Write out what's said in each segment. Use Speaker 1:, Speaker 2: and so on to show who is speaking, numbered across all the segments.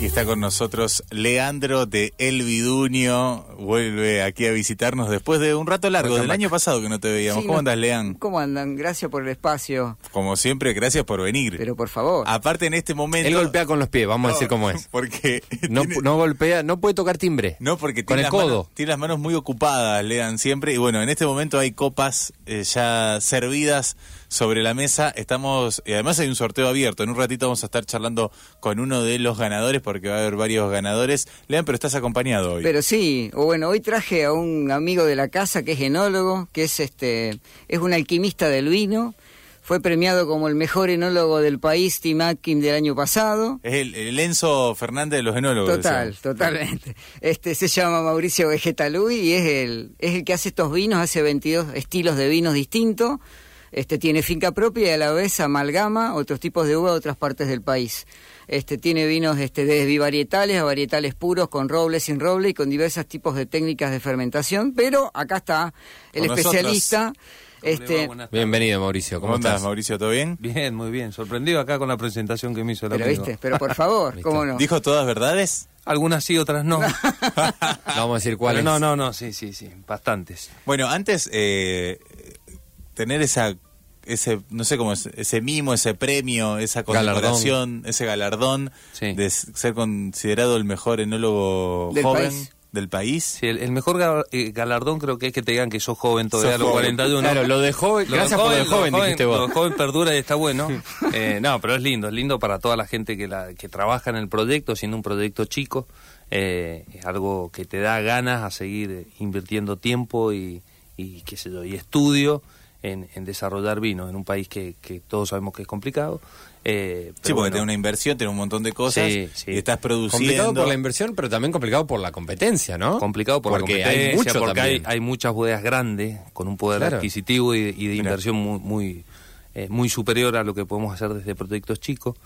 Speaker 1: Y está con nosotros Leandro de El Viduño. Vuelve aquí a visitarnos después de un rato largo, del año pasado que no te veíamos.
Speaker 2: Sí,
Speaker 1: ¿Cómo
Speaker 2: no-
Speaker 1: andas, Lean?
Speaker 2: ¿Cómo andan? Gracias por el espacio,
Speaker 1: Como siempre, gracias por venir.
Speaker 2: pero por favor.
Speaker 1: Aparte, en este momento.
Speaker 3: Él golpea con los pies, vamos a decir cómo es.
Speaker 1: Porque.
Speaker 3: No,
Speaker 1: tiene-
Speaker 3: no golpea, no puede tocar timbre.
Speaker 1: No, porque
Speaker 3: Con
Speaker 1: tiene,
Speaker 3: el
Speaker 1: las
Speaker 3: codo.
Speaker 1: Manos, tiene las manos muy ocupadas, lean siempre. Y bueno, en este momento hay copas eh, ya servidas sobre la mesa. Estamos, y además hay un sorteo abierto. En un ratito vamos a estar charlando con uno de los ganadores, porque va a haber varios ganadores. Lean, pero estás acompañado hoy.
Speaker 2: Pero sí, o bueno, hoy traje a un amigo de la casa que es enólogo, que es este, es un alquimista del vino, fue premiado como el mejor enólogo del país, Tim Atkin del año pasado.
Speaker 1: es el, el Enzo Fernández de los enólogos.
Speaker 2: Total,
Speaker 1: decíamos.
Speaker 2: totalmente. Este se llama Mauricio Vegetalui y es el, es el que hace estos vinos, hace 22 estilos de vinos distintos. Este tiene finca propia y a la vez amalgama otros tipos de uva de otras partes del país. Este tiene vinos este desde bivarietales a varietales puros con roble, sin roble y con diversos tipos de técnicas de fermentación, pero acá está el
Speaker 1: Con nosotros.
Speaker 2: especialista
Speaker 4: ¿Cómo le va?
Speaker 2: este
Speaker 4: Buenas tardes.
Speaker 3: Bienvenido, Mauricio.
Speaker 1: ¿Cómo
Speaker 3: ¿Cómo
Speaker 1: andás,
Speaker 3: estás?
Speaker 1: Mauricio? ¿Todo bien?
Speaker 4: Bien, muy bien. Sorprendido acá con la presentación que me hizo el
Speaker 2: pero
Speaker 4: amigo.
Speaker 2: viste, pero por favor, cómo no.
Speaker 1: ¿Dijo todas verdades?
Speaker 4: Algunas sí, otras no.
Speaker 3: No vamos a decir cuál
Speaker 4: Pero
Speaker 3: es.
Speaker 4: no, no, no, sí, sí, sí. Bastantes.
Speaker 1: Bueno, antes eh, tener esa ese no sé cómo es, ese mimo, ese premio, esa
Speaker 3: Galardón.
Speaker 1: condecoración, ese galardón
Speaker 4: Sí.
Speaker 1: de s- ser considerado el mejor enólogo
Speaker 2: Del
Speaker 1: joven
Speaker 2: país.
Speaker 1: del país.
Speaker 4: Sí, el, el mejor gal- eh, galardón creo que es que te digan que sos joven todavía
Speaker 1: Sos
Speaker 4: a los
Speaker 1: joven.
Speaker 4: 41.
Speaker 3: Claro, lo de joven.
Speaker 4: Lo
Speaker 3: gracias por lo de joven,
Speaker 4: lo
Speaker 3: dijiste
Speaker 4: lo
Speaker 3: vos.
Speaker 4: de joven perdura y está bueno. Eh, no, pero es lindo, es lindo para toda la gente que, la, que trabaja en el proyecto, siendo un proyecto chico. eh, es algo que te da ganas a seguir invirtiendo tiempo y, y qué sé yo, y estudio en, en desarrollar vino en un país que, que todos sabemos que es complicado. eh,
Speaker 1: Sí, porque
Speaker 4: pero bueno,
Speaker 1: tiene una inversión, tiene un montón de cosas
Speaker 4: Sí, sí.
Speaker 1: y estás produciendo.
Speaker 3: Complicado por la inversión, pero también complicado por la competencia, ¿no?
Speaker 4: complicado por
Speaker 3: porque
Speaker 4: la competencia,
Speaker 3: hay mucho
Speaker 4: porque hay,
Speaker 3: también.
Speaker 4: hay muchas bodegas grandes con un poder
Speaker 3: Claro.
Speaker 4: adquisitivo y, y de
Speaker 1: Mirá.
Speaker 4: inversión muy muy, eh, muy superior a lo que podemos hacer desde proyectos chicos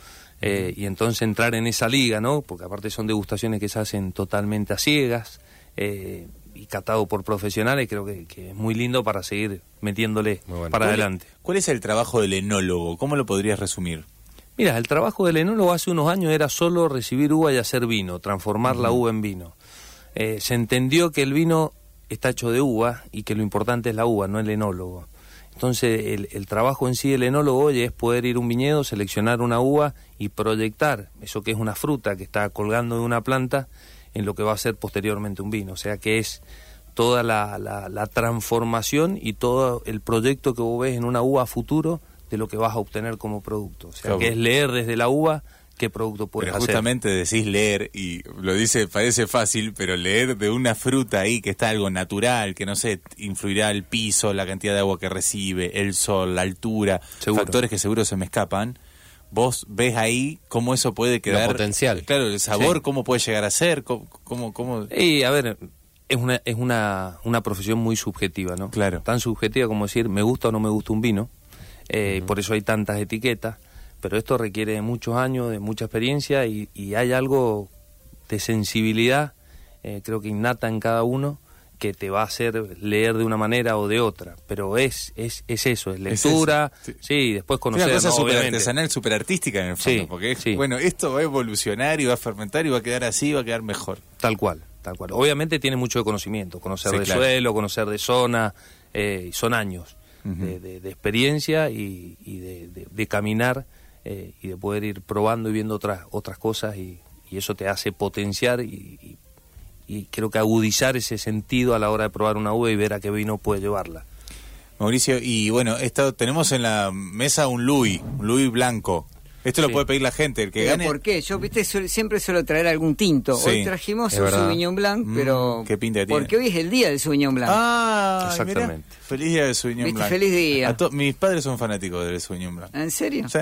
Speaker 4: Eh, y entonces entrar en esa liga, ¿no? Porque aparte son degustaciones que se hacen totalmente a ciegas eh, y catado por profesionales, creo que, que es muy lindo para seguir metiéndole
Speaker 3: Muy bueno.
Speaker 4: para
Speaker 3: Muy
Speaker 4: adelante.
Speaker 1: ¿Cuál es el trabajo del enólogo? ¿Cómo lo podrías resumir?
Speaker 4: Mira, el trabajo del enólogo hace unos años era solo recibir uva y hacer vino, transformar la uva en vino. Eh, se entendió que el vino está hecho de uva y que lo importante es la uva, no el enólogo. Entonces, el, el trabajo en sí del enólogo hoy es poder ir a un viñedo, seleccionar una uva y proyectar eso que es una fruta que está colgando de una planta en lo que va a ser posteriormente un vino. O sea que es toda la, la- la transformación y todo el proyecto que vos ves en una uva a futuro de lo que vas a obtener como producto. O sea,
Speaker 1: Claro.
Speaker 4: que es leer desde la uva qué producto puedes
Speaker 1: Pero
Speaker 4: hacer.
Speaker 1: justamente decís leer y lo dice, parece fácil, pero leer de una fruta ahí que está algo natural, que no sé, influirá el piso, la cantidad de agua que recibe, el sol, la altura,
Speaker 4: Seguro.
Speaker 1: factores que seguro se me escapan. Vos ves ahí cómo eso puede quedar.
Speaker 3: potencial.
Speaker 1: Claro, el sabor,
Speaker 4: Sí.
Speaker 1: cómo puede llegar a ser, cómo. cómo, cómo-
Speaker 4: Y a ver, es una, es una, una profesión muy subjetiva, ¿no?
Speaker 1: Claro.
Speaker 4: Tan subjetiva como decir me gusta o no me gusta un vino, eh, y por eso hay tantas etiquetas, pero esto requiere de muchos años, de mucha experiencia y, y hay algo de sensibilidad, eh, creo que innata en cada uno, que te va a hacer leer de una manera o de otra, pero es, es, es eso, es
Speaker 1: Es eso,
Speaker 4: lectura,
Speaker 1: sí.
Speaker 4: sí. y después
Speaker 1: Es
Speaker 4: conocer,
Speaker 1: una cosa
Speaker 4: ¿no?
Speaker 1: súper
Speaker 4: Obviamente.
Speaker 1: artesanal, súper artística en el fondo,
Speaker 4: Sí,
Speaker 1: porque es,
Speaker 4: sí.
Speaker 1: bueno, esto va a evolucionar y va a fermentar y va a quedar así, va a quedar mejor.
Speaker 4: Tal cual, tal cual. Obviamente tiene mucho de conocimiento, conocer
Speaker 1: Sí,
Speaker 4: de
Speaker 1: claro.
Speaker 4: suelo, conocer de zona, eh, y son años de, de- de experiencia y, y de, de- de caminar eh, y de poder ir probando y viendo otras, otras cosas y, y eso te hace potenciar y, y- y creo que agudizar ese sentido a la hora de probar una uva y ver a qué vino puede llevarla.
Speaker 1: Mauricio, y bueno, esto, tenemos en la mesa un Louis, un Louis blanco. Esto lo
Speaker 4: Sí.
Speaker 1: puede pedir la gente, el que
Speaker 2: Pero
Speaker 1: gane.
Speaker 2: ¿Por qué? Yo, viste, suel- siempre suelo traer algún tinto.
Speaker 1: Sí,
Speaker 2: hoy trajimos
Speaker 3: es
Speaker 2: un
Speaker 3: verdad.
Speaker 2: Sauvignon Blanc,
Speaker 1: Mm,
Speaker 2: pero...
Speaker 1: qué pinta que tiene.
Speaker 2: Porque hoy es el día del Sauvignon Blanc.
Speaker 1: Ah,
Speaker 4: Exactamente.
Speaker 1: mirá. Feliz día del Sauvignon
Speaker 2: Viste,
Speaker 1: Blanc.
Speaker 2: feliz día. Ah,
Speaker 1: A to- mis padres son fanáticos del Sauvignon Blanc.
Speaker 2: ¿En serio?
Speaker 1: Sí.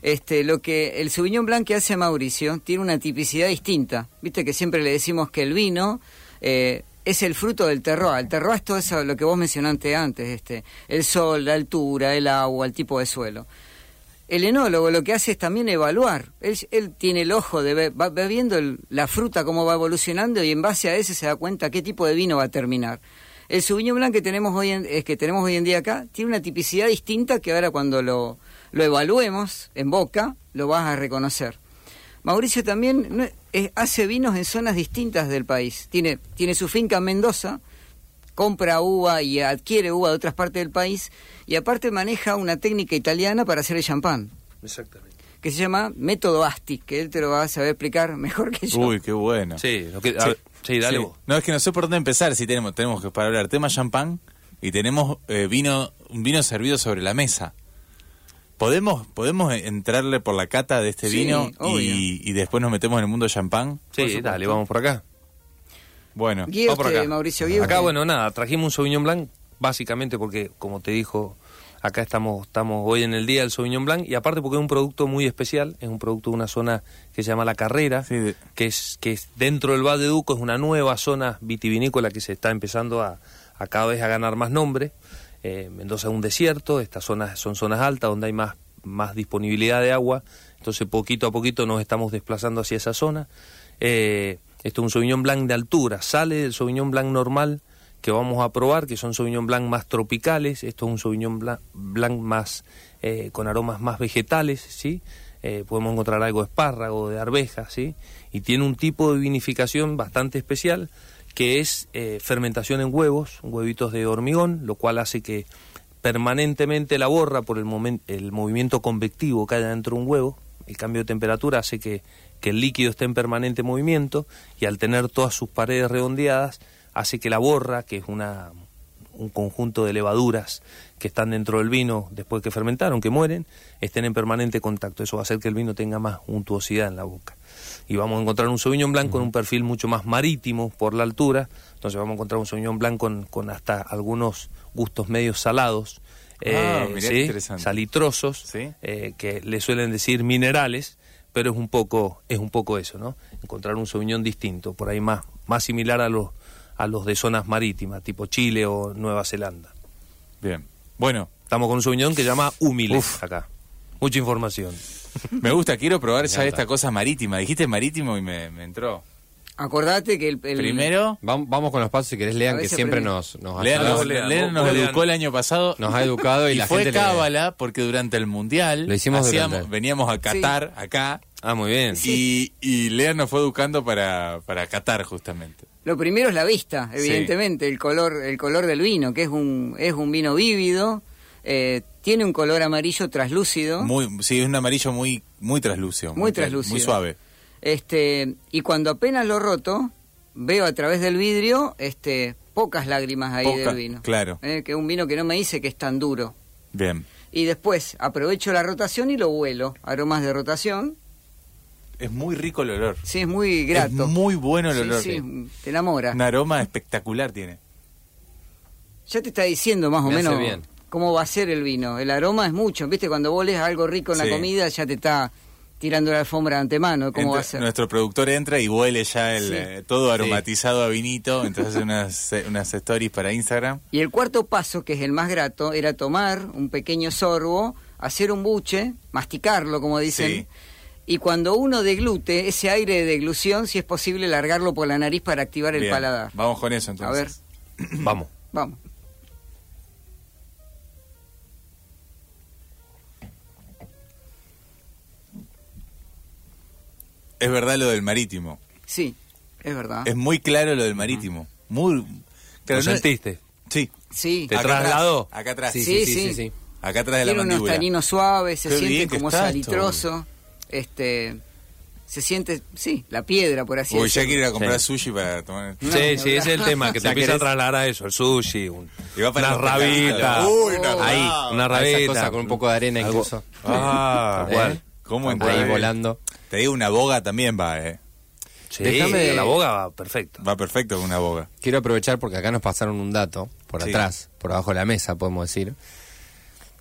Speaker 2: Este, lo que el Sauvignon Blanc que hace Mauricio tiene una tipicidad distinta. Viste que siempre le decimos que el vino eh, es el fruto del terroir. El terroir es todo eso, lo que vos mencionaste antes, este, el sol, la altura, el agua, el tipo de suelo. El enólogo lo que hace es también evaluar. Él, él tiene el ojo de ver, va, va viendo el- la fruta cómo va evolucionando y en base a ese se da cuenta qué tipo de vino va a terminar. El Sauvignon Blanc que tenemos hoy en, eh, que tenemos hoy en día acá tiene una tipicidad distinta que ahora cuando lo, lo evaluemos en boca lo vas a reconocer. Mauricio también no es- es- hace vinos en zonas distintas del país. Tiene, tiene su finca en Mendoza, compra uva y adquiere uva de otras partes del país y aparte maneja una técnica italiana para hacer el champán,
Speaker 4: Exactamente.
Speaker 2: que se llama método Asti, que él te lo va a saber explicar mejor que yo.
Speaker 1: Uy, qué bueno.
Speaker 4: Sí, lo que- a
Speaker 1: Ah. Sí.
Speaker 4: ver, sí, dale
Speaker 1: Sí.
Speaker 4: vos.
Speaker 1: No, es que no sé por dónde empezar. Si tenemos tenemos que para hablar tema champán y tenemos eh, vino un vino servido sobre la mesa. ¿Podemos, podemos entrarle por la cata de este
Speaker 2: Sí,
Speaker 1: vino
Speaker 2: obvio.
Speaker 1: y, y después nos metemos en el mundo champán?
Speaker 4: Sí,
Speaker 2: supuesto.
Speaker 4: dale, vamos por acá.
Speaker 1: Bueno,
Speaker 2: Guíe
Speaker 4: Vamos por
Speaker 2: usted,
Speaker 4: acá.
Speaker 2: este, Mauricio, guíe
Speaker 4: Acá,
Speaker 2: usted.
Speaker 4: bueno, nada, trajimos un Sauvignon Blanc básicamente porque, como te dijo, acá estamos, estamos hoy en el día del Sauvignon Blanc y aparte porque es un producto muy especial, es un producto de una zona que se llama La Carrera,
Speaker 1: Sí, de-
Speaker 4: que, es, que es dentro del Val de Duco, es una nueva zona vitivinícola que se está empezando a, a cada vez a ganar más nombre. Eh, Mendoza es un desierto, estas zonas son zonas altas donde hay más, más disponibilidad de agua, entonces poquito a poquito nos estamos desplazando hacia esa zona. Eh, esto es un Sauvignon Blanc de altura, sale del Sauvignon Blanc normal que vamos a probar, que son Sauvignon Blanc más tropicales, esto es un Sauvignon Blanc, Blanc más eh, con aromas más vegetales, ¿sí? Eh, podemos encontrar algo de espárrago, de arveja, ¿sí? Y tiene un tipo de vinificación bastante especial, que es eh, fermentación en huevos, huevitos de hormigón, lo cual hace que permanentemente la borra por el, momen- el movimiento convectivo que hay dentro de un huevo. El cambio de temperatura hace que, que el líquido esté en permanente movimiento y al tener todas sus paredes redondeadas hace que la borra, que es una, un conjunto de levaduras que están dentro del vino después que fermentaron, que mueren, estén en permanente contacto. Eso va a hacer que el vino tenga más untuosidad en la boca. Y vamos a encontrar un Sauvignon Blanc con un perfil mucho más marítimo por la altura. Entonces vamos a encontrar un Sauvignon Blanc con, con hasta algunos gustos medios salados, eh,
Speaker 1: Ah, mirá qué interesante.
Speaker 4: salitrosos,
Speaker 1: Sí.
Speaker 4: eh, que le suelen decir minerales, pero es un poco es un poco eso, ¿no? Encontrar un Sauvignon distinto, por ahí más más similar a los a los de zonas marítimas, tipo Chile o Nueva Zelanda.
Speaker 1: bien. Bueno,
Speaker 4: Estamos con un Sauvignon que se llama Humile
Speaker 1: Uf.
Speaker 4: acá. Mucha información.
Speaker 1: me gusta, quiero probar ya
Speaker 3: encanta.
Speaker 1: esta cosa marítima. Dijiste marítimo y me, me entró.
Speaker 2: Acordate que el, el-
Speaker 1: Primero,
Speaker 3: Vamos, vamos con los pasos, si querés,
Speaker 2: A
Speaker 3: lean,
Speaker 2: ver
Speaker 3: que
Speaker 2: si
Speaker 3: siempre
Speaker 2: aprendí.
Speaker 3: nos, nos,
Speaker 1: Lean
Speaker 3: ha-
Speaker 1: nos,
Speaker 4: vos lean,
Speaker 1: Lean
Speaker 4: vos
Speaker 1: nos
Speaker 4: lean.
Speaker 1: educó el año pasado.
Speaker 3: nos ha educado y,
Speaker 1: y
Speaker 3: la
Speaker 1: fue
Speaker 3: gente. le-
Speaker 1: cábala porque durante el mundial
Speaker 3: Lo hicimos durante.
Speaker 1: veníamos a Qatar acá
Speaker 3: Ah, muy bien.
Speaker 1: y, y Lea nos fue educando para, para Qatar justamente.
Speaker 2: Lo primero es la vista,
Speaker 1: Sí.
Speaker 2: evidentemente, el color, el color del vino, que es un, es un vino vívido, eh, tiene un color amarillo traslúcido,
Speaker 1: Muy, sí, es un amarillo muy muy traslúcido,
Speaker 2: Muy traslúcido.
Speaker 1: muy suave.
Speaker 2: este, y cuando apenas lo roto, veo a través del vidrio, este, pocas lágrimas ahí
Speaker 1: Poca,
Speaker 2: del vino.
Speaker 1: claro.
Speaker 2: Eh, que es un vino que no me dice que es tan duro.
Speaker 1: Bien.
Speaker 2: Y después aprovecho la rotación y lo vuelo. Aromas de rotación.
Speaker 1: Es muy rico el olor.
Speaker 2: Sí, es muy grato.
Speaker 1: Es muy bueno el olor.
Speaker 2: Sí, sí, te enamora.
Speaker 1: Un aroma espectacular tiene.
Speaker 2: Ya te está diciendo más o
Speaker 3: Me hace
Speaker 2: menos
Speaker 3: bien.
Speaker 2: cómo va a ser el vino. El aroma es mucho, ¿viste? Cuando vos lees algo rico en
Speaker 1: Sí.
Speaker 2: la comida, ya te está tirando la alfombra de antemano de cómo
Speaker 1: Entra-
Speaker 2: va a ser.
Speaker 1: Nuestro productor entra y huele ya el
Speaker 2: Sí.
Speaker 1: eh, todo aromatizado a vinito, entonces hace unas eh, unas stories para Instagram.
Speaker 2: Y el cuarto paso, que es el más grato, era tomar un pequeño sorbo, hacer un buche, masticarlo, como dicen.
Speaker 1: Sí.
Speaker 2: Y cuando uno deglute, ese aire de deglución, si es posible, largarlo por la nariz para activar el
Speaker 1: Bien,
Speaker 2: paladar.
Speaker 1: Vamos con eso entonces.
Speaker 2: ver.
Speaker 4: Vamos.
Speaker 2: Vamos.
Speaker 1: Es verdad lo del marítimo.
Speaker 2: Sí, es verdad.
Speaker 1: Es muy claro lo del marítimo. Muy.
Speaker 4: ¿Lo
Speaker 3: Pues
Speaker 1: claro, no-
Speaker 4: sentiste?
Speaker 1: Sí.
Speaker 2: Sí.
Speaker 4: ¿Te
Speaker 1: Acá
Speaker 4: trasladó?
Speaker 1: atrás, acá atrás.
Speaker 2: Sí, sí.
Speaker 1: Acá atrás de la
Speaker 2: Tiene unos
Speaker 1: mandíbula.
Speaker 2: taninos suaves, se
Speaker 1: Qué bien
Speaker 2: siente
Speaker 1: que
Speaker 2: como
Speaker 1: está
Speaker 2: salitroso. Este, se siente, sí, la piedra, por así
Speaker 1: Uy, ya quiero ir
Speaker 2: decirlo.
Speaker 1: a comprar sushi para tomar.
Speaker 2: No,
Speaker 4: sí, sí,
Speaker 2: no,
Speaker 4: ese
Speaker 2: no.
Speaker 4: es el tema, que te
Speaker 1: Ya
Speaker 4: empieza a
Speaker 1: querés-
Speaker 4: trasladar a eso, el sushi, un-
Speaker 1: Y va para
Speaker 4: una
Speaker 1: los pescaditos.
Speaker 4: rabita.
Speaker 1: Uy, una rabita.
Speaker 4: Ahí, una
Speaker 3: A esa
Speaker 4: rabita.
Speaker 3: cosa con un poco de arena incluso.
Speaker 4: Ah,
Speaker 3: ¿Eh?
Speaker 4: igual.
Speaker 1: ¿Cómo
Speaker 3: Ahí
Speaker 1: entra?
Speaker 3: volando.
Speaker 1: Te digo, una boga también va, eh.
Speaker 4: Sí,
Speaker 3: Déjame-
Speaker 4: la boga va perfecto.
Speaker 1: Va perfecto con una boga.
Speaker 3: Quiero aprovechar porque acá nos pasaron un dato, por
Speaker 1: Sí.
Speaker 3: atrás, por abajo de la mesa, podemos decir,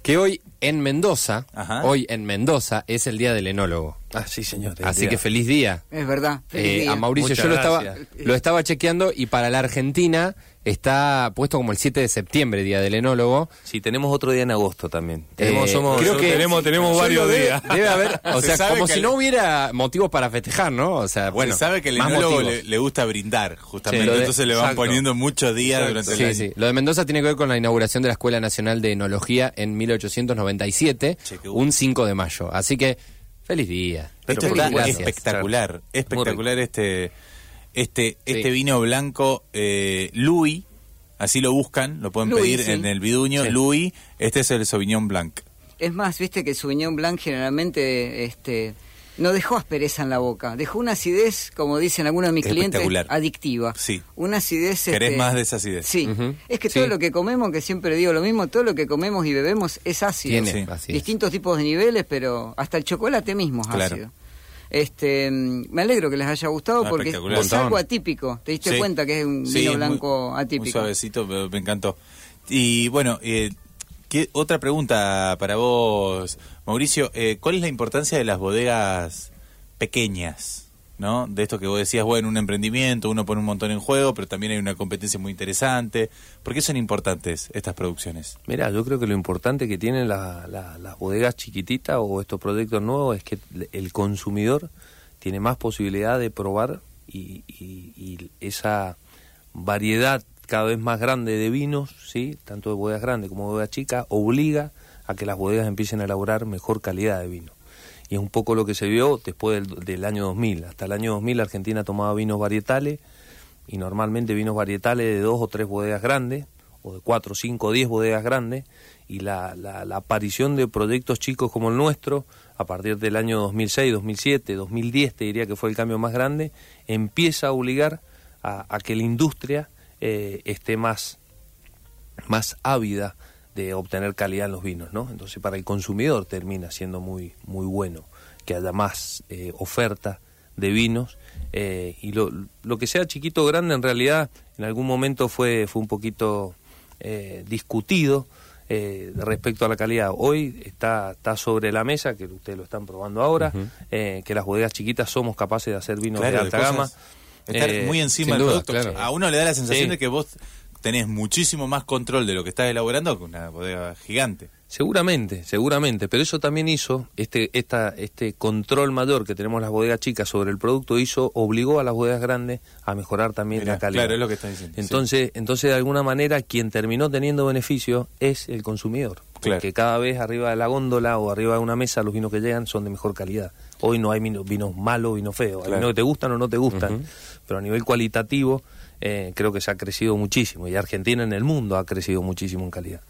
Speaker 3: que hoy en Mendoza,
Speaker 1: Ajá.
Speaker 3: hoy en Mendoza es el día del enólogo.
Speaker 4: Ah, sí, señor.
Speaker 3: Así
Speaker 4: te-
Speaker 3: que feliz día.
Speaker 2: Es verdad. feliz
Speaker 3: Eh,
Speaker 2: día.
Speaker 3: a Mauricio,
Speaker 4: Muchas
Speaker 3: yo lo estaba,
Speaker 4: gracias.
Speaker 3: lo estaba chequeando y para la Argentina está puesto como el 7 de septiembre, día del enólogo.
Speaker 4: Sí, tenemos otro día en agosto también.
Speaker 3: Eh,
Speaker 4: Tenemos, somos-
Speaker 3: creo
Speaker 4: so-
Speaker 3: que-
Speaker 4: tenemos, tenemos
Speaker 3: Yo
Speaker 4: varios
Speaker 3: lo debe-
Speaker 4: días.
Speaker 3: Debe haber, o
Speaker 1: Se
Speaker 3: sea,
Speaker 1: sabe
Speaker 3: como
Speaker 1: que
Speaker 3: si
Speaker 1: el-
Speaker 3: no hubiera motivos para festejar, ¿no? O sea, bueno,
Speaker 1: Bueno, sabe que el
Speaker 3: más
Speaker 1: enólogo
Speaker 3: motivos.
Speaker 1: le, le gusta brindar, justamente.
Speaker 3: Sí, lo de-
Speaker 1: Entonces le van
Speaker 4: exacto.
Speaker 1: poniendo muchos días durante
Speaker 3: Sí,
Speaker 1: el año.
Speaker 3: sí. Lo de Mendoza tiene que ver con la inauguración de la Escuela Nacional de Enología en 1897,
Speaker 1: Che, qué bueno.
Speaker 3: un 5 de mayo. Así que, Feliz día.
Speaker 1: Esto
Speaker 4: por
Speaker 1: este está
Speaker 4: supuesto.
Speaker 1: espectacular, espectacular este, este, este
Speaker 3: Sí.
Speaker 1: vino blanco eh, Louis, así lo buscan, lo pueden
Speaker 2: Louis,
Speaker 1: pedir
Speaker 2: sí.
Speaker 1: en el Viduño,
Speaker 3: Sí.
Speaker 1: Louis, este es el Sauvignon Blanc.
Speaker 2: Es más, viste que el Sauvignon Blanc generalmente este, no dejó aspereza en la boca, dejó una acidez, como dicen algunos de mis clientes,
Speaker 1: Espectacular.
Speaker 2: adictiva.
Speaker 1: Sí.
Speaker 2: Una acidez...
Speaker 1: ¿Querés
Speaker 2: este,
Speaker 1: más de esa acidez?
Speaker 2: Sí.
Speaker 3: Ujú.
Speaker 2: Es que
Speaker 3: Sí.
Speaker 2: todo lo que comemos, que siempre digo lo mismo, todo lo que comemos y bebemos es ácido.
Speaker 3: Tiene,
Speaker 1: Sí.
Speaker 3: así es.
Speaker 2: distintos tipos de niveles, pero hasta el chocolate mismo es
Speaker 1: Claro.
Speaker 2: ácido. Este, mm, me alegro que les haya gustado
Speaker 1: Ah,
Speaker 2: porque
Speaker 1: espectacular.
Speaker 2: es
Speaker 3: Montón.
Speaker 2: algo atípico. ¿Te diste
Speaker 1: Sí.
Speaker 2: cuenta Este que es un
Speaker 1: Sí,
Speaker 2: vino
Speaker 1: es muy-
Speaker 2: blanco
Speaker 1: Muy
Speaker 2: atípico?
Speaker 1: suavecito, me, me encantó. Y bueno, eh, ¿qué- otra pregunta para vos, Mauricio. Eh, ¿Cuál es la importancia de las bodegas pequeñas? ¿no? De esto que vos decías, bueno, un emprendimiento, uno pone un montón en juego, pero también hay una competencia muy interesante. ¿Por qué son importantes estas producciones?
Speaker 4: Mira, yo creo que lo importante que tienen la- la- las bodegas chiquititas o estos proyectos nuevos es que el consumidor tiene más posibilidad de probar y, y- y esa variedad cada vez más grande de vinos, sí, tanto de bodegas grandes como de bodegas chicas, obliga a que las bodegas empiecen a elaborar mejor calidad de vino. Y es un poco lo que se vio después del, del año 2000. Hasta el año 2000 Argentina tomaba vinos varietales y normalmente vinos varietales de dos o tres bodegas grandes, o de cuatro, cinco, diez bodegas grandes, y la, la- la aparición de proyectos chicos como el nuestro, a partir del año 2006, 2007, 2010, te diría que fue el cambio más grande, empieza a obligar a, a que la industria eh, esté más, más ávida de obtener calidad en los vinos, ¿no? Entonces para el consumidor termina siendo muy muy bueno que haya más eh, oferta de vinos eh, y lo, lo que sea chiquito o grande en realidad en algún momento fue fue un poquito eh, discutido eh, respecto a la calidad. Hoy está está sobre la mesa que ustedes lo están probando ahora eh, que las bodegas chiquitas somos capaces de hacer vinos de
Speaker 1: Claro,
Speaker 4: alta
Speaker 1: de
Speaker 4: gama.
Speaker 1: cosas- Estar
Speaker 4: Eh,
Speaker 1: muy encima
Speaker 3: sin
Speaker 1: del
Speaker 3: duda,
Speaker 1: producto.
Speaker 3: claro.
Speaker 1: A uno le da la sensación
Speaker 4: Sí.
Speaker 1: de que vos tenés muchísimo más control de lo que estás elaborando que una bodega gigante.
Speaker 4: Seguramente, seguramente, pero eso también hizo, este, esta, este control mayor que tenemos las bodegas chicas sobre el producto hizo, obligó a las bodegas grandes a mejorar también
Speaker 1: Mirá,
Speaker 4: la calidad.
Speaker 1: claro, es lo que estás diciendo,
Speaker 4: Entonces, entonces de alguna manera quien terminó teniendo beneficio es el consumidor,
Speaker 1: Claro.
Speaker 4: porque cada vez arriba de la góndola o arriba de una mesa los vinos que llegan son de mejor calidad. Hoy no hay vino- vinos malos, vinos feos, hay
Speaker 1: Claro.
Speaker 4: vinos que te gustan o no te gustan, pero a nivel cualitativo eh, creo que se ha crecido muchísimo y Argentina en el mundo ha crecido muchísimo en calidad.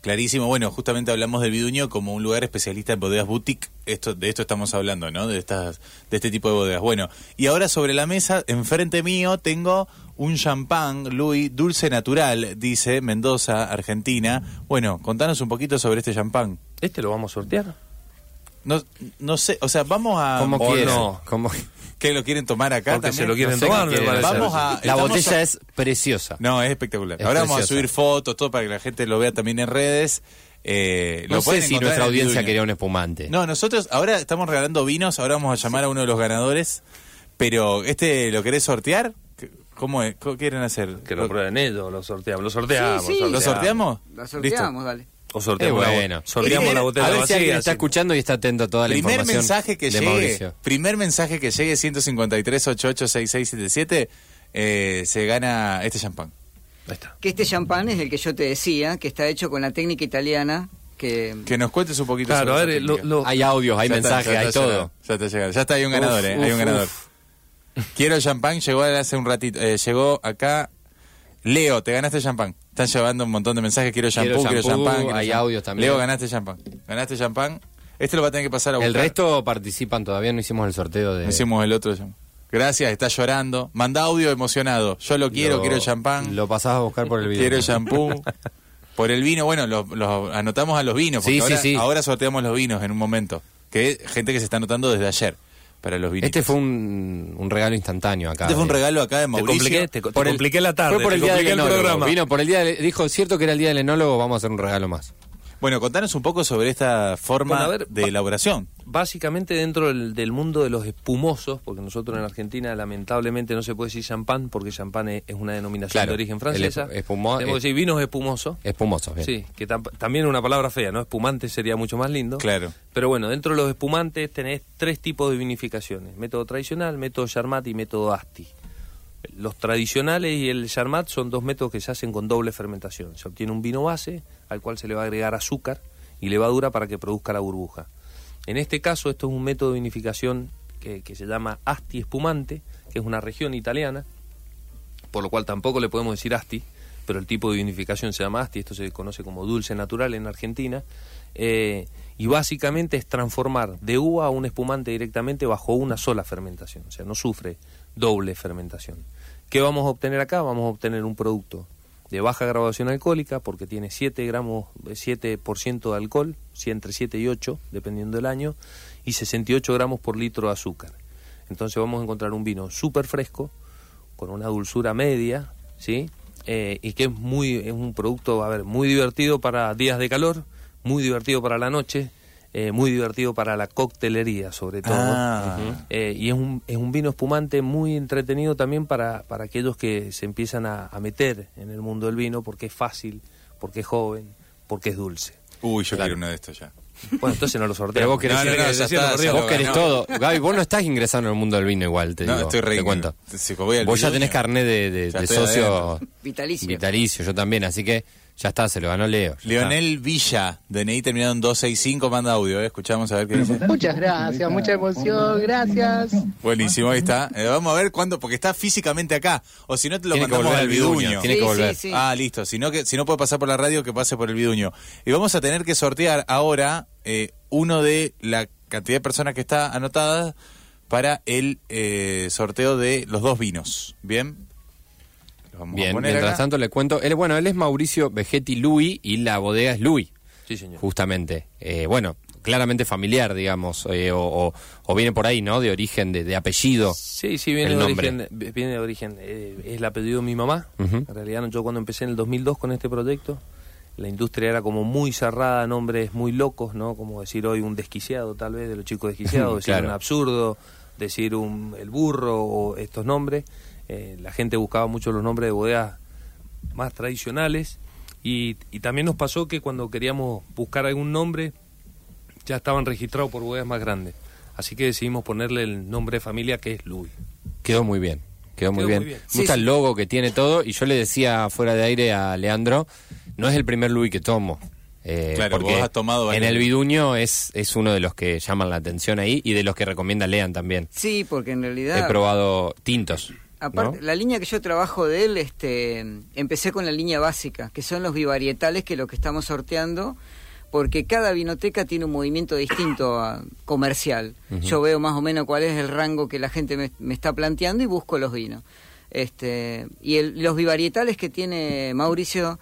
Speaker 1: Clarísimo. Bueno, justamente hablamos del Viduño como un lugar especialista en bodegas boutique. Esto, de esto estamos hablando, ¿no? De estas, de este tipo de bodegas. Bueno, y ahora sobre la mesa, enfrente mío, tengo un champán Louis Dulce Natural, dice Mendoza, Argentina. Bueno, contanos un poquito sobre este champán.
Speaker 4: ¿Este lo vamos a sortear?
Speaker 1: No, no sé, o sea, vamos a.
Speaker 3: Como
Speaker 1: o
Speaker 3: quieran,
Speaker 1: no.
Speaker 3: como-
Speaker 1: ¿Qué lo quieren tomar acá?
Speaker 4: Porque se
Speaker 1: también?
Speaker 4: lo quieren
Speaker 1: No sé
Speaker 4: tomar,
Speaker 1: qué
Speaker 4: me
Speaker 1: quieren.
Speaker 4: parece.
Speaker 1: Vamos a.
Speaker 3: La
Speaker 1: estamos
Speaker 3: botella
Speaker 1: a-
Speaker 3: es preciosa.
Speaker 1: No, es espectacular.
Speaker 3: Es
Speaker 1: Ahora vamos a
Speaker 3: preciosa.
Speaker 1: subir fotos, todo para que la gente lo vea también en redes. Eh,
Speaker 3: No
Speaker 1: lo
Speaker 3: sé
Speaker 1: pueden
Speaker 3: si
Speaker 1: encontrar en
Speaker 3: nuestra
Speaker 1: el
Speaker 3: audiencia
Speaker 1: Viduño.
Speaker 3: quería un espumante.
Speaker 1: No, nosotros ahora estamos regalando vinos, ahora vamos a llamar a uno de los ganadores, pero este lo querés sortear? ¿Qué- ¿Cómo, es? ¿Cómo quieren hacer?
Speaker 4: Que lo prueben ellos, lo sorteamos, lo sorteamos.
Speaker 2: Sí, sí.
Speaker 1: ¿Lo sorteamos?
Speaker 2: La sorteamos, dale.
Speaker 4: O
Speaker 3: Eh,
Speaker 4: sorteamos, la bo-
Speaker 3: bueno.
Speaker 4: sorteamos la botella
Speaker 3: A ver si
Speaker 4: vacía,
Speaker 3: alguien está
Speaker 4: sí.
Speaker 3: escuchando y está atento a toda la
Speaker 1: Primer
Speaker 3: información
Speaker 1: mensaje que
Speaker 3: de
Speaker 1: llegue,
Speaker 3: Mauricio.
Speaker 1: primer mensaje que llegue 153 88 6677 eh, se gana este champán.
Speaker 4: Ahí está.
Speaker 2: Que este champán es el que yo te decía, que está hecho con la técnica italiana, que...
Speaker 1: Que nos cuentes un poquito
Speaker 4: Claro,
Speaker 1: sobre
Speaker 4: a
Speaker 1: esa
Speaker 4: ver, lo-
Speaker 1: técnica.
Speaker 4: lo-
Speaker 3: Hay audios, hay
Speaker 1: Ya está,
Speaker 3: mensajes,
Speaker 1: ya
Speaker 3: hay
Speaker 1: está
Speaker 3: todo.
Speaker 1: llegando, Ya está llegando. Ya está, hay un ganador, eh,
Speaker 4: Uf,
Speaker 1: hay un
Speaker 4: uf,
Speaker 1: ganador.
Speaker 4: uf.
Speaker 1: Quiero champán, llegó hace un ratito. eh, llegó acá. Leo, te ganaste champán. Están llevando un montón de mensajes. Quiero
Speaker 3: Quiero
Speaker 1: champán, quiero
Speaker 3: shampoo,
Speaker 1: champán. quiero
Speaker 3: hay
Speaker 1: champán.
Speaker 3: audios también.
Speaker 1: Leo, ganaste champán. Ganaste champán. Este lo va a tener que pasar a buscar.
Speaker 3: El resto eh. participan todavía, no hicimos el sorteo de...
Speaker 1: Hicimos el otro. champán. Gracias, está llorando. Manda audio emocionado. Yo lo quiero,
Speaker 3: Lo-
Speaker 1: quiero champán.
Speaker 3: Lo pasás a buscar por el video.
Speaker 1: Quiero shampoo. Por el vino, bueno, los anotamos a los vinos, porque
Speaker 3: Sí, sí,
Speaker 1: ahora,
Speaker 3: sí.
Speaker 1: ahora sorteamos los vinos en un momento. Que es gente que se está anotando desde ayer para los vinos.
Speaker 3: Este fue un, un regalo instantáneo acá.
Speaker 1: Este fue un
Speaker 3: de-
Speaker 1: regalo acá de
Speaker 4: Ah, Te
Speaker 1: Mauricio.
Speaker 4: compliqué, te, co- te
Speaker 3: Por el-
Speaker 4: compliqué la tarde.
Speaker 3: Fue por
Speaker 4: te
Speaker 3: el día del
Speaker 4: compliqué
Speaker 3: enólogo.
Speaker 4: programa.
Speaker 3: Vino por el día del- dijo, cierto que era el día del enólogo, vamos a hacer un regalo más.
Speaker 1: Bueno, contanos un poco sobre esta forma
Speaker 4: Bueno, a ver,
Speaker 1: de
Speaker 4: va-
Speaker 1: elaboración.
Speaker 4: Básicamente dentro del, del mundo de los espumosos, porque nosotros en Argentina lamentablemente no se puede decir champán, porque champán es, es una denominación
Speaker 3: Claro,
Speaker 4: de origen francesa.
Speaker 3: el espumo-
Speaker 4: Tenemos
Speaker 3: es-
Speaker 4: que decir vinos espumosos.
Speaker 3: Espumoso, bien.
Speaker 4: Sí, que tam- también es una palabra fea, ¿no? Espumante sería mucho más lindo.
Speaker 1: Claro.
Speaker 4: Pero bueno, dentro de los espumantes tenés tres tipos de vinificaciones: método tradicional, método Charmat y método Asti. Los tradicionales y el Charmat son dos métodos que se hacen con doble fermentación. Se obtiene un vino base al cual se le va a agregar azúcar y levadura para que produzca la burbuja. En este caso, esto es un método de vinificación que, que se llama Asti Espumante, que es una región italiana, por lo cual tampoco le podemos decir Asti, pero el tipo de vinificación se llama Asti, esto se conoce como dulce natural en Argentina, eh, y básicamente es transformar de uva a un espumante directamente bajo una sola fermentación, o sea, no sufre doble fermentación. ¿Qué vamos a obtener acá? Vamos a obtener un producto de baja graduación alcohólica porque tiene 7 gramos, 7% de alcohol, sí, entre 7 y 8, dependiendo del año, y 68 gramos por litro de azúcar. Entonces vamos a encontrar un vino súper fresco, con una dulzura media, ¿sí? Eh, y que es, muy, es un producto, a ver, muy divertido para días de calor, muy divertido para la noche, eh, muy divertido para la coctelería sobre todo.
Speaker 1: Ah.
Speaker 4: Ujú. Eh, y es un, es un vino espumante muy entretenido también para, para aquellos que se empiezan a, a meter en el mundo del vino porque es fácil, porque es joven, porque es dulce.
Speaker 1: Uy, yo quiero uno de estos ya.
Speaker 4: Bueno, entonces no lo sorteamos.
Speaker 3: Pero vos
Speaker 1: querés
Speaker 3: querés,
Speaker 1: decir que ya está, se
Speaker 3: vos
Speaker 1: lo
Speaker 3: querés
Speaker 1: ganó.
Speaker 3: todo. Gaby, vos no estás ingresando en el mundo del vino igual, te
Speaker 1: no,
Speaker 3: digo.
Speaker 1: estoy re
Speaker 3: te cuento.
Speaker 1: Si voy al
Speaker 3: Vos ya
Speaker 1: binomio,
Speaker 3: tenés carnet de, de-
Speaker 1: Ya
Speaker 3: de
Speaker 1: estoy
Speaker 3: socio
Speaker 1: adentro.
Speaker 2: Vitalicio.
Speaker 3: vitalicio, yo también, así que ya está, se lo ganó Leo. ya
Speaker 1: Leonel Villa, DNI terminado en 265, manda audio, ¿eh? escuchamos a ver qué dice.
Speaker 5: Muchas gracias, mucha emoción, gracias.
Speaker 1: Buenísimo, ahí está. Eh, vamos a ver cuándo, porque está físicamente acá. O si no, te lo
Speaker 3: Tiene que
Speaker 1: mandamos
Speaker 3: volver
Speaker 1: al
Speaker 3: al
Speaker 1: Viduño.
Speaker 3: Viduño. Tiene que
Speaker 2: Sí, sí,
Speaker 3: volver.
Speaker 2: sí.
Speaker 1: Ah, listo. Si no, que, si no puede pasar por la radio, que pase por el Viduño. Y vamos a tener que sortear ahora eh, uno de la cantidad de personas que está anotada para el eh, sorteo de los dos vinos. ¿Bien? Los vamos a
Speaker 3: Bien,
Speaker 1: poner
Speaker 3: mientras
Speaker 1: acá.
Speaker 3: tanto le cuento. Él, bueno, él es Mauricio Vegetti Lui y la bodega es Lui,
Speaker 4: Sí, señor.
Speaker 3: justamente. Eh, bueno, claramente familiar, digamos, eh, o, o- o viene por ahí, ¿no? De origen, de, de apellido.
Speaker 4: Sí, sí, viene
Speaker 3: El
Speaker 4: de
Speaker 3: nombre.
Speaker 4: origen. Viene de origen eh, es el apellido de mi mamá.
Speaker 3: Ujú.
Speaker 4: En realidad, no, yo cuando empecé en el 2002 con este proyecto, la industria era como muy cerrada, nombres muy locos, ¿no? Como decir hoy un desquiciado, tal vez, de los chicos desquiciados, decir
Speaker 3: Claro.
Speaker 4: un absurdo, decir un, el burro o estos nombres. Eh, la gente buscaba mucho los nombres de bodegas más tradicionales. Y, y también nos pasó que cuando queríamos buscar algún nombre, ya estaban registrados por bodegas más grandes. Así que decidimos ponerle el nombre de familia que es Luis.
Speaker 3: Quedó muy bien. Quedó muy
Speaker 4: Quedó
Speaker 3: bien.
Speaker 4: muy bien.
Speaker 3: Me gusta
Speaker 2: Sí,
Speaker 3: el logo que tiene todo. Y yo le decía fuera de aire a Leandro, no es el primer Louis que tomo. Eh,
Speaker 1: Claro,
Speaker 3: porque
Speaker 1: vos has tomado
Speaker 3: en
Speaker 1: varios.
Speaker 3: el Viduño es, es uno de los que llaman la atención ahí y de los que recomienda Lean también.
Speaker 2: Sí, porque en realidad...
Speaker 3: He probado tintos. ¿no?
Speaker 2: Aparte, la línea que yo trabajo de él, este, empecé con la línea básica, que son los bivarietales, que es lo que estamos sorteando, porque cada vinoteca tiene un movimiento distinto a- comercial. Yo veo más o menos cuál es el rango que la gente me, me está planteando y busco los vinos. Este, y el- los bivarietales que tiene Mauricio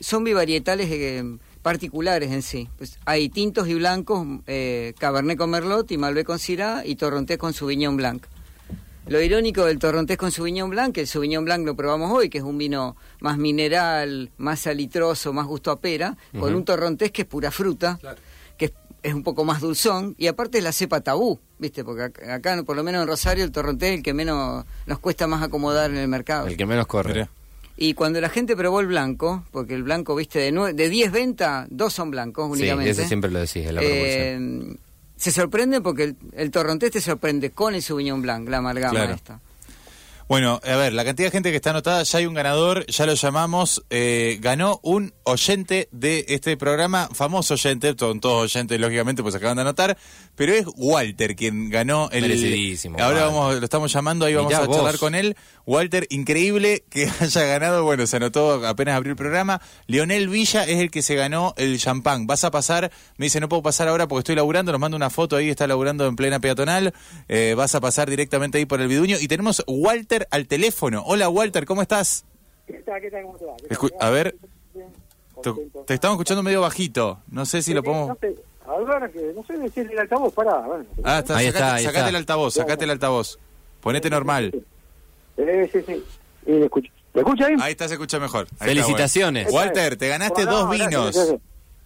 Speaker 2: son bivarietales eh, particulares en sí. Pues hay tintos y blancos, eh, Cabernet con Merlot y Malbec con Syrah y Torrontés con su viñón blanco. Lo irónico del Torrontés con su viñón blanco, el Sauvignon Blanc lo probamos hoy, que es un vino más mineral, más salitroso, más gusto a pera, con un Torrontés que es pura fruta, que es, es un poco más dulzón, y aparte es la cepa tabú, ¿viste? Porque acá, acá, por lo menos en Rosario, el Torrontés es el que menos nos cuesta más acomodar en el mercado.
Speaker 3: El que menos corre.
Speaker 1: Mirá.
Speaker 2: Y cuando la gente probó el blanco, porque el blanco, viste, de, nue- de 10 ventas, dos son blancos
Speaker 3: Sí,
Speaker 2: únicamente.
Speaker 3: eso siempre lo decís en la
Speaker 2: Eh, se sorprende porque el, el torrontés te sorprende con el Sauvignon Blanc, la amalgama
Speaker 1: Claro.
Speaker 2: esta.
Speaker 1: Bueno, a ver, la cantidad de gente que está anotada, ya hay un ganador, ya lo llamamos, eh, ganó un oyente de este programa, famoso oyente, son todos oyentes lógicamente, pues acaban de anotar, pero es Walter quien ganó el...
Speaker 3: Merecidísimo,
Speaker 1: Ahora
Speaker 3: Walter.
Speaker 1: vamos, lo estamos llamando, ahí vamos
Speaker 3: Mirá
Speaker 1: a
Speaker 3: vos.
Speaker 1: charlar con él. Walter, increíble que haya ganado, bueno, se anotó apenas abrió el programa. Leonel Villa es el que se ganó el champán. Vas a pasar, me dice, no puedo pasar ahora porque estoy laburando, nos manda una foto ahí, está laburando en plena peatonal. Eh, vas a pasar directamente ahí por el viduño y tenemos Walter al teléfono. Hola Walter, ¿cómo estás?
Speaker 6: ¿Qué tal? ¿Qué tal? ¿Cómo te va? ¿Qué tal?
Speaker 1: Escu- a ver,
Speaker 6: Bien,
Speaker 1: te,
Speaker 6: contento.
Speaker 1: te estamos escuchando medio bajito, no sé si lo
Speaker 6: Eh,
Speaker 1: podemos...
Speaker 6: No sé, a ver, que no sé decir el altavoz, pará. bueno.
Speaker 1: Ah, está, sacate,
Speaker 3: Ahí está, ahí
Speaker 1: sacate
Speaker 3: está.
Speaker 1: el altavoz, sacate el altavoz. Ponete normal.
Speaker 6: Eh, sí, sí. Eh, ¿Me escucha, ¿Me escucha bien?
Speaker 1: Ahí está, se escucha mejor. Ahí está,
Speaker 3: Felicitaciones.
Speaker 1: bueno. Walter, te ganaste
Speaker 6: No,
Speaker 1: dos
Speaker 6: gracias,
Speaker 1: vinos.
Speaker 6: gracias.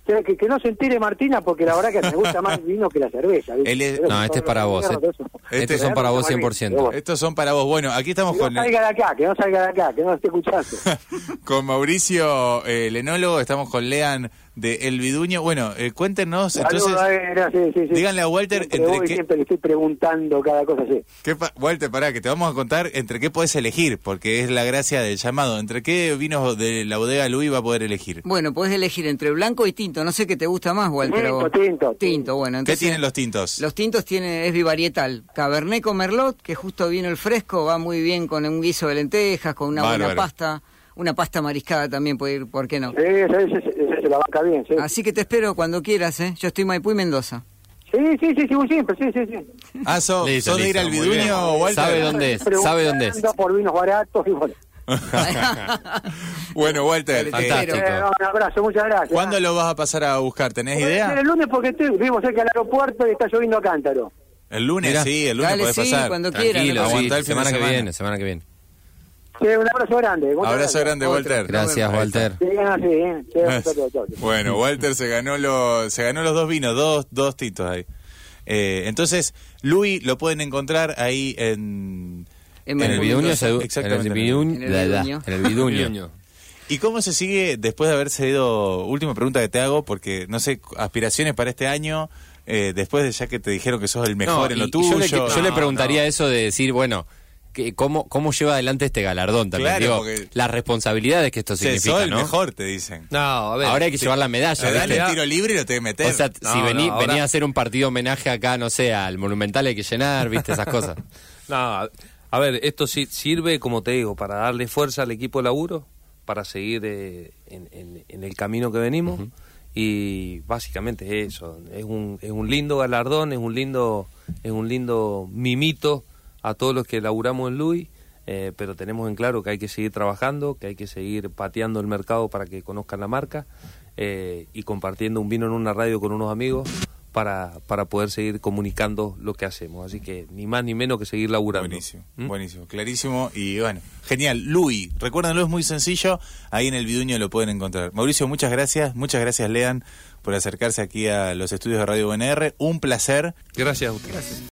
Speaker 6: Que, que- que no se entere Martina, porque la verdad que me gusta más el vino que la cerveza. ¿viste?
Speaker 1: Él es-
Speaker 6: Pero
Speaker 3: No,
Speaker 6: que
Speaker 3: este es
Speaker 6: son
Speaker 3: para
Speaker 6: una
Speaker 3: vos.
Speaker 6: mierda,
Speaker 3: eh.
Speaker 6: todo eso.
Speaker 1: Este
Speaker 3: Estos son para vos 100%.
Speaker 1: Estos son para vos. Bueno, aquí estamos
Speaker 6: Que no
Speaker 1: Este con,
Speaker 6: salga de acá, que no salga de acá, que no esté escuchando.
Speaker 1: con Mauricio, eh, el enólogo, estamos con Lean de El Viduño. Bueno, eh, cuéntenos,
Speaker 6: Saludos,
Speaker 1: entonces,
Speaker 6: eh, gracias, sí, sí.
Speaker 1: díganle a Walter
Speaker 6: Siempre
Speaker 1: entre
Speaker 6: voy,
Speaker 1: qué-
Speaker 6: siempre le estoy preguntando cada cosa así.
Speaker 1: ¿Qué pa- Walter, pará, que te vamos a contar entre qué puedes elegir, porque es la gracia del llamado. ¿Entre qué vinos de la bodega Luis va a poder elegir?
Speaker 2: Bueno, podés elegir entre blanco y tinto. No sé qué te gusta más, Walter.
Speaker 6: Tinto,
Speaker 2: a vos.
Speaker 6: tinto.
Speaker 2: Tinto, bueno.
Speaker 1: ¿Qué
Speaker 2: Entonces,
Speaker 1: tienen los tintos?
Speaker 2: Los tintos tienen, es bivarietal. Cabernet con Merlot, que justo vino el fresco, va muy bien con un guiso de lentejas, con una buena
Speaker 1: Bárbaro.
Speaker 2: pasta. Una pasta mariscada también puede ir, ¿por qué no?
Speaker 6: Sí, esa, esa- esa se la banca bien, sí.
Speaker 1: Ah,
Speaker 2: Así que te espero cuando quieras, ¿eh? Yo estoy en Maipú y Mendoza.
Speaker 6: Sí, sí, sí, sí, voy siempre, sí, sí, sí.
Speaker 1: Ah, ¿sos
Speaker 3: Listo,
Speaker 1: sos de ir
Speaker 3: listo,
Speaker 1: al
Speaker 3: muy bien.
Speaker 1: Viduño, Walter?
Speaker 3: Sabe dónde es, sabe dónde es.
Speaker 6: Preguntando por vinos baratos y bueno.
Speaker 1: Bueno, Walter,
Speaker 2: Te
Speaker 1: eh,
Speaker 2: espero.
Speaker 3: Fantástico.
Speaker 6: Eh, un abrazo, muchas gracias.
Speaker 1: ¿cuándo lo vas a pasar a buscar? ¿Tenés
Speaker 6: Puede ser
Speaker 1: idea?
Speaker 6: El lunes porque estoy, vivo cerca del aeropuerto y está lloviendo a cántaro.
Speaker 1: El lunes,
Speaker 3: Mirá.
Speaker 1: sí, el lunes
Speaker 2: Dale,
Speaker 1: podés
Speaker 2: sí,
Speaker 1: pasar.
Speaker 2: cuando quieras.
Speaker 3: Tranquilo,
Speaker 2: no pasa
Speaker 3: sí,
Speaker 1: Aguantá el fin de
Speaker 3: semana que
Speaker 1: semana.
Speaker 3: viene, semana que viene.
Speaker 6: Sí, un abrazo grande. muchas
Speaker 1: Abrazo
Speaker 6: gracias.
Speaker 1: grande,
Speaker 2: Otro.
Speaker 1: Walter.
Speaker 3: Gracias,
Speaker 1: Ahí está.
Speaker 3: Walter.
Speaker 6: Sí, ah, sí, eh. Sí, otro, otro, otro.
Speaker 1: Bueno, Walter se ganó los, se ganó los dos vinos, dos, dos tintos ahí. Eh, entonces, Luis lo pueden encontrar ahí en...
Speaker 2: En
Speaker 3: En el
Speaker 2: Maipú.
Speaker 3: Viduño, se- en
Speaker 1: Exactamente.
Speaker 3: el Viduño,
Speaker 2: En el
Speaker 3: la- la-
Speaker 2: Viduño.
Speaker 3: en el Viduño.
Speaker 1: ¿Y cómo se sigue después de haber cedido? Última pregunta que te hago, porque no sé, aspiraciones para este año, eh, después de ya que te dijeron que sos el mejor
Speaker 3: No,
Speaker 1: en lo
Speaker 3: y- y
Speaker 1: tuyo.
Speaker 3: Yo le, yo le
Speaker 1: No,
Speaker 3: preguntaría eso de decir, bueno, que- cómo, ¿cómo lleva adelante este galardón también?
Speaker 1: Claro,
Speaker 3: Digo,
Speaker 1: porque-
Speaker 3: las responsabilidades que esto
Speaker 1: no. Se-
Speaker 3: significa,
Speaker 1: sos el
Speaker 3: ¿no?
Speaker 1: mejor, este te dicen.
Speaker 4: No, a ver.
Speaker 3: Ahora hay que llevar la medalla.
Speaker 1: Se dan
Speaker 3: ¿viste?
Speaker 1: el tiro libre y lo tenés que meter.
Speaker 3: O sea, si
Speaker 4: No,
Speaker 3: vení-
Speaker 4: no, ahora-
Speaker 3: venía a hacer un partido homenaje acá, no sé, al Monumental hay que llenar, ¿viste? Esas cosas.
Speaker 4: No, a- a ver, esto sí- sirve, como te digo, para darle fuerza al equipo de laburo, para seguir eh, en, en- en el camino que venimos. Y básicamente es eso. Es un, es un lindo galardón, es un lindo, es un lindo mimito a todos los que laburamos en Luis. eh, pero tenemos en claro que hay que seguir trabajando, que hay que seguir pateando el mercado para que conozcan la marca eh, y compartiendo un vino en una radio con unos amigos para, para poder seguir comunicando lo que hacemos. Así que ni más ni menos que seguir laburando.
Speaker 1: Buenísimo,
Speaker 4: ¿Mm?
Speaker 1: buenísimo, clarísimo y bueno, genial. Luis, recuérdenlo, es muy sencillo, ahí en el Viduño lo pueden encontrar. Mauricio, muchas gracias, muchas gracias Lean por acercarse aquí a los estudios de Radio BNR, un placer.
Speaker 4: Gracias a ustedes.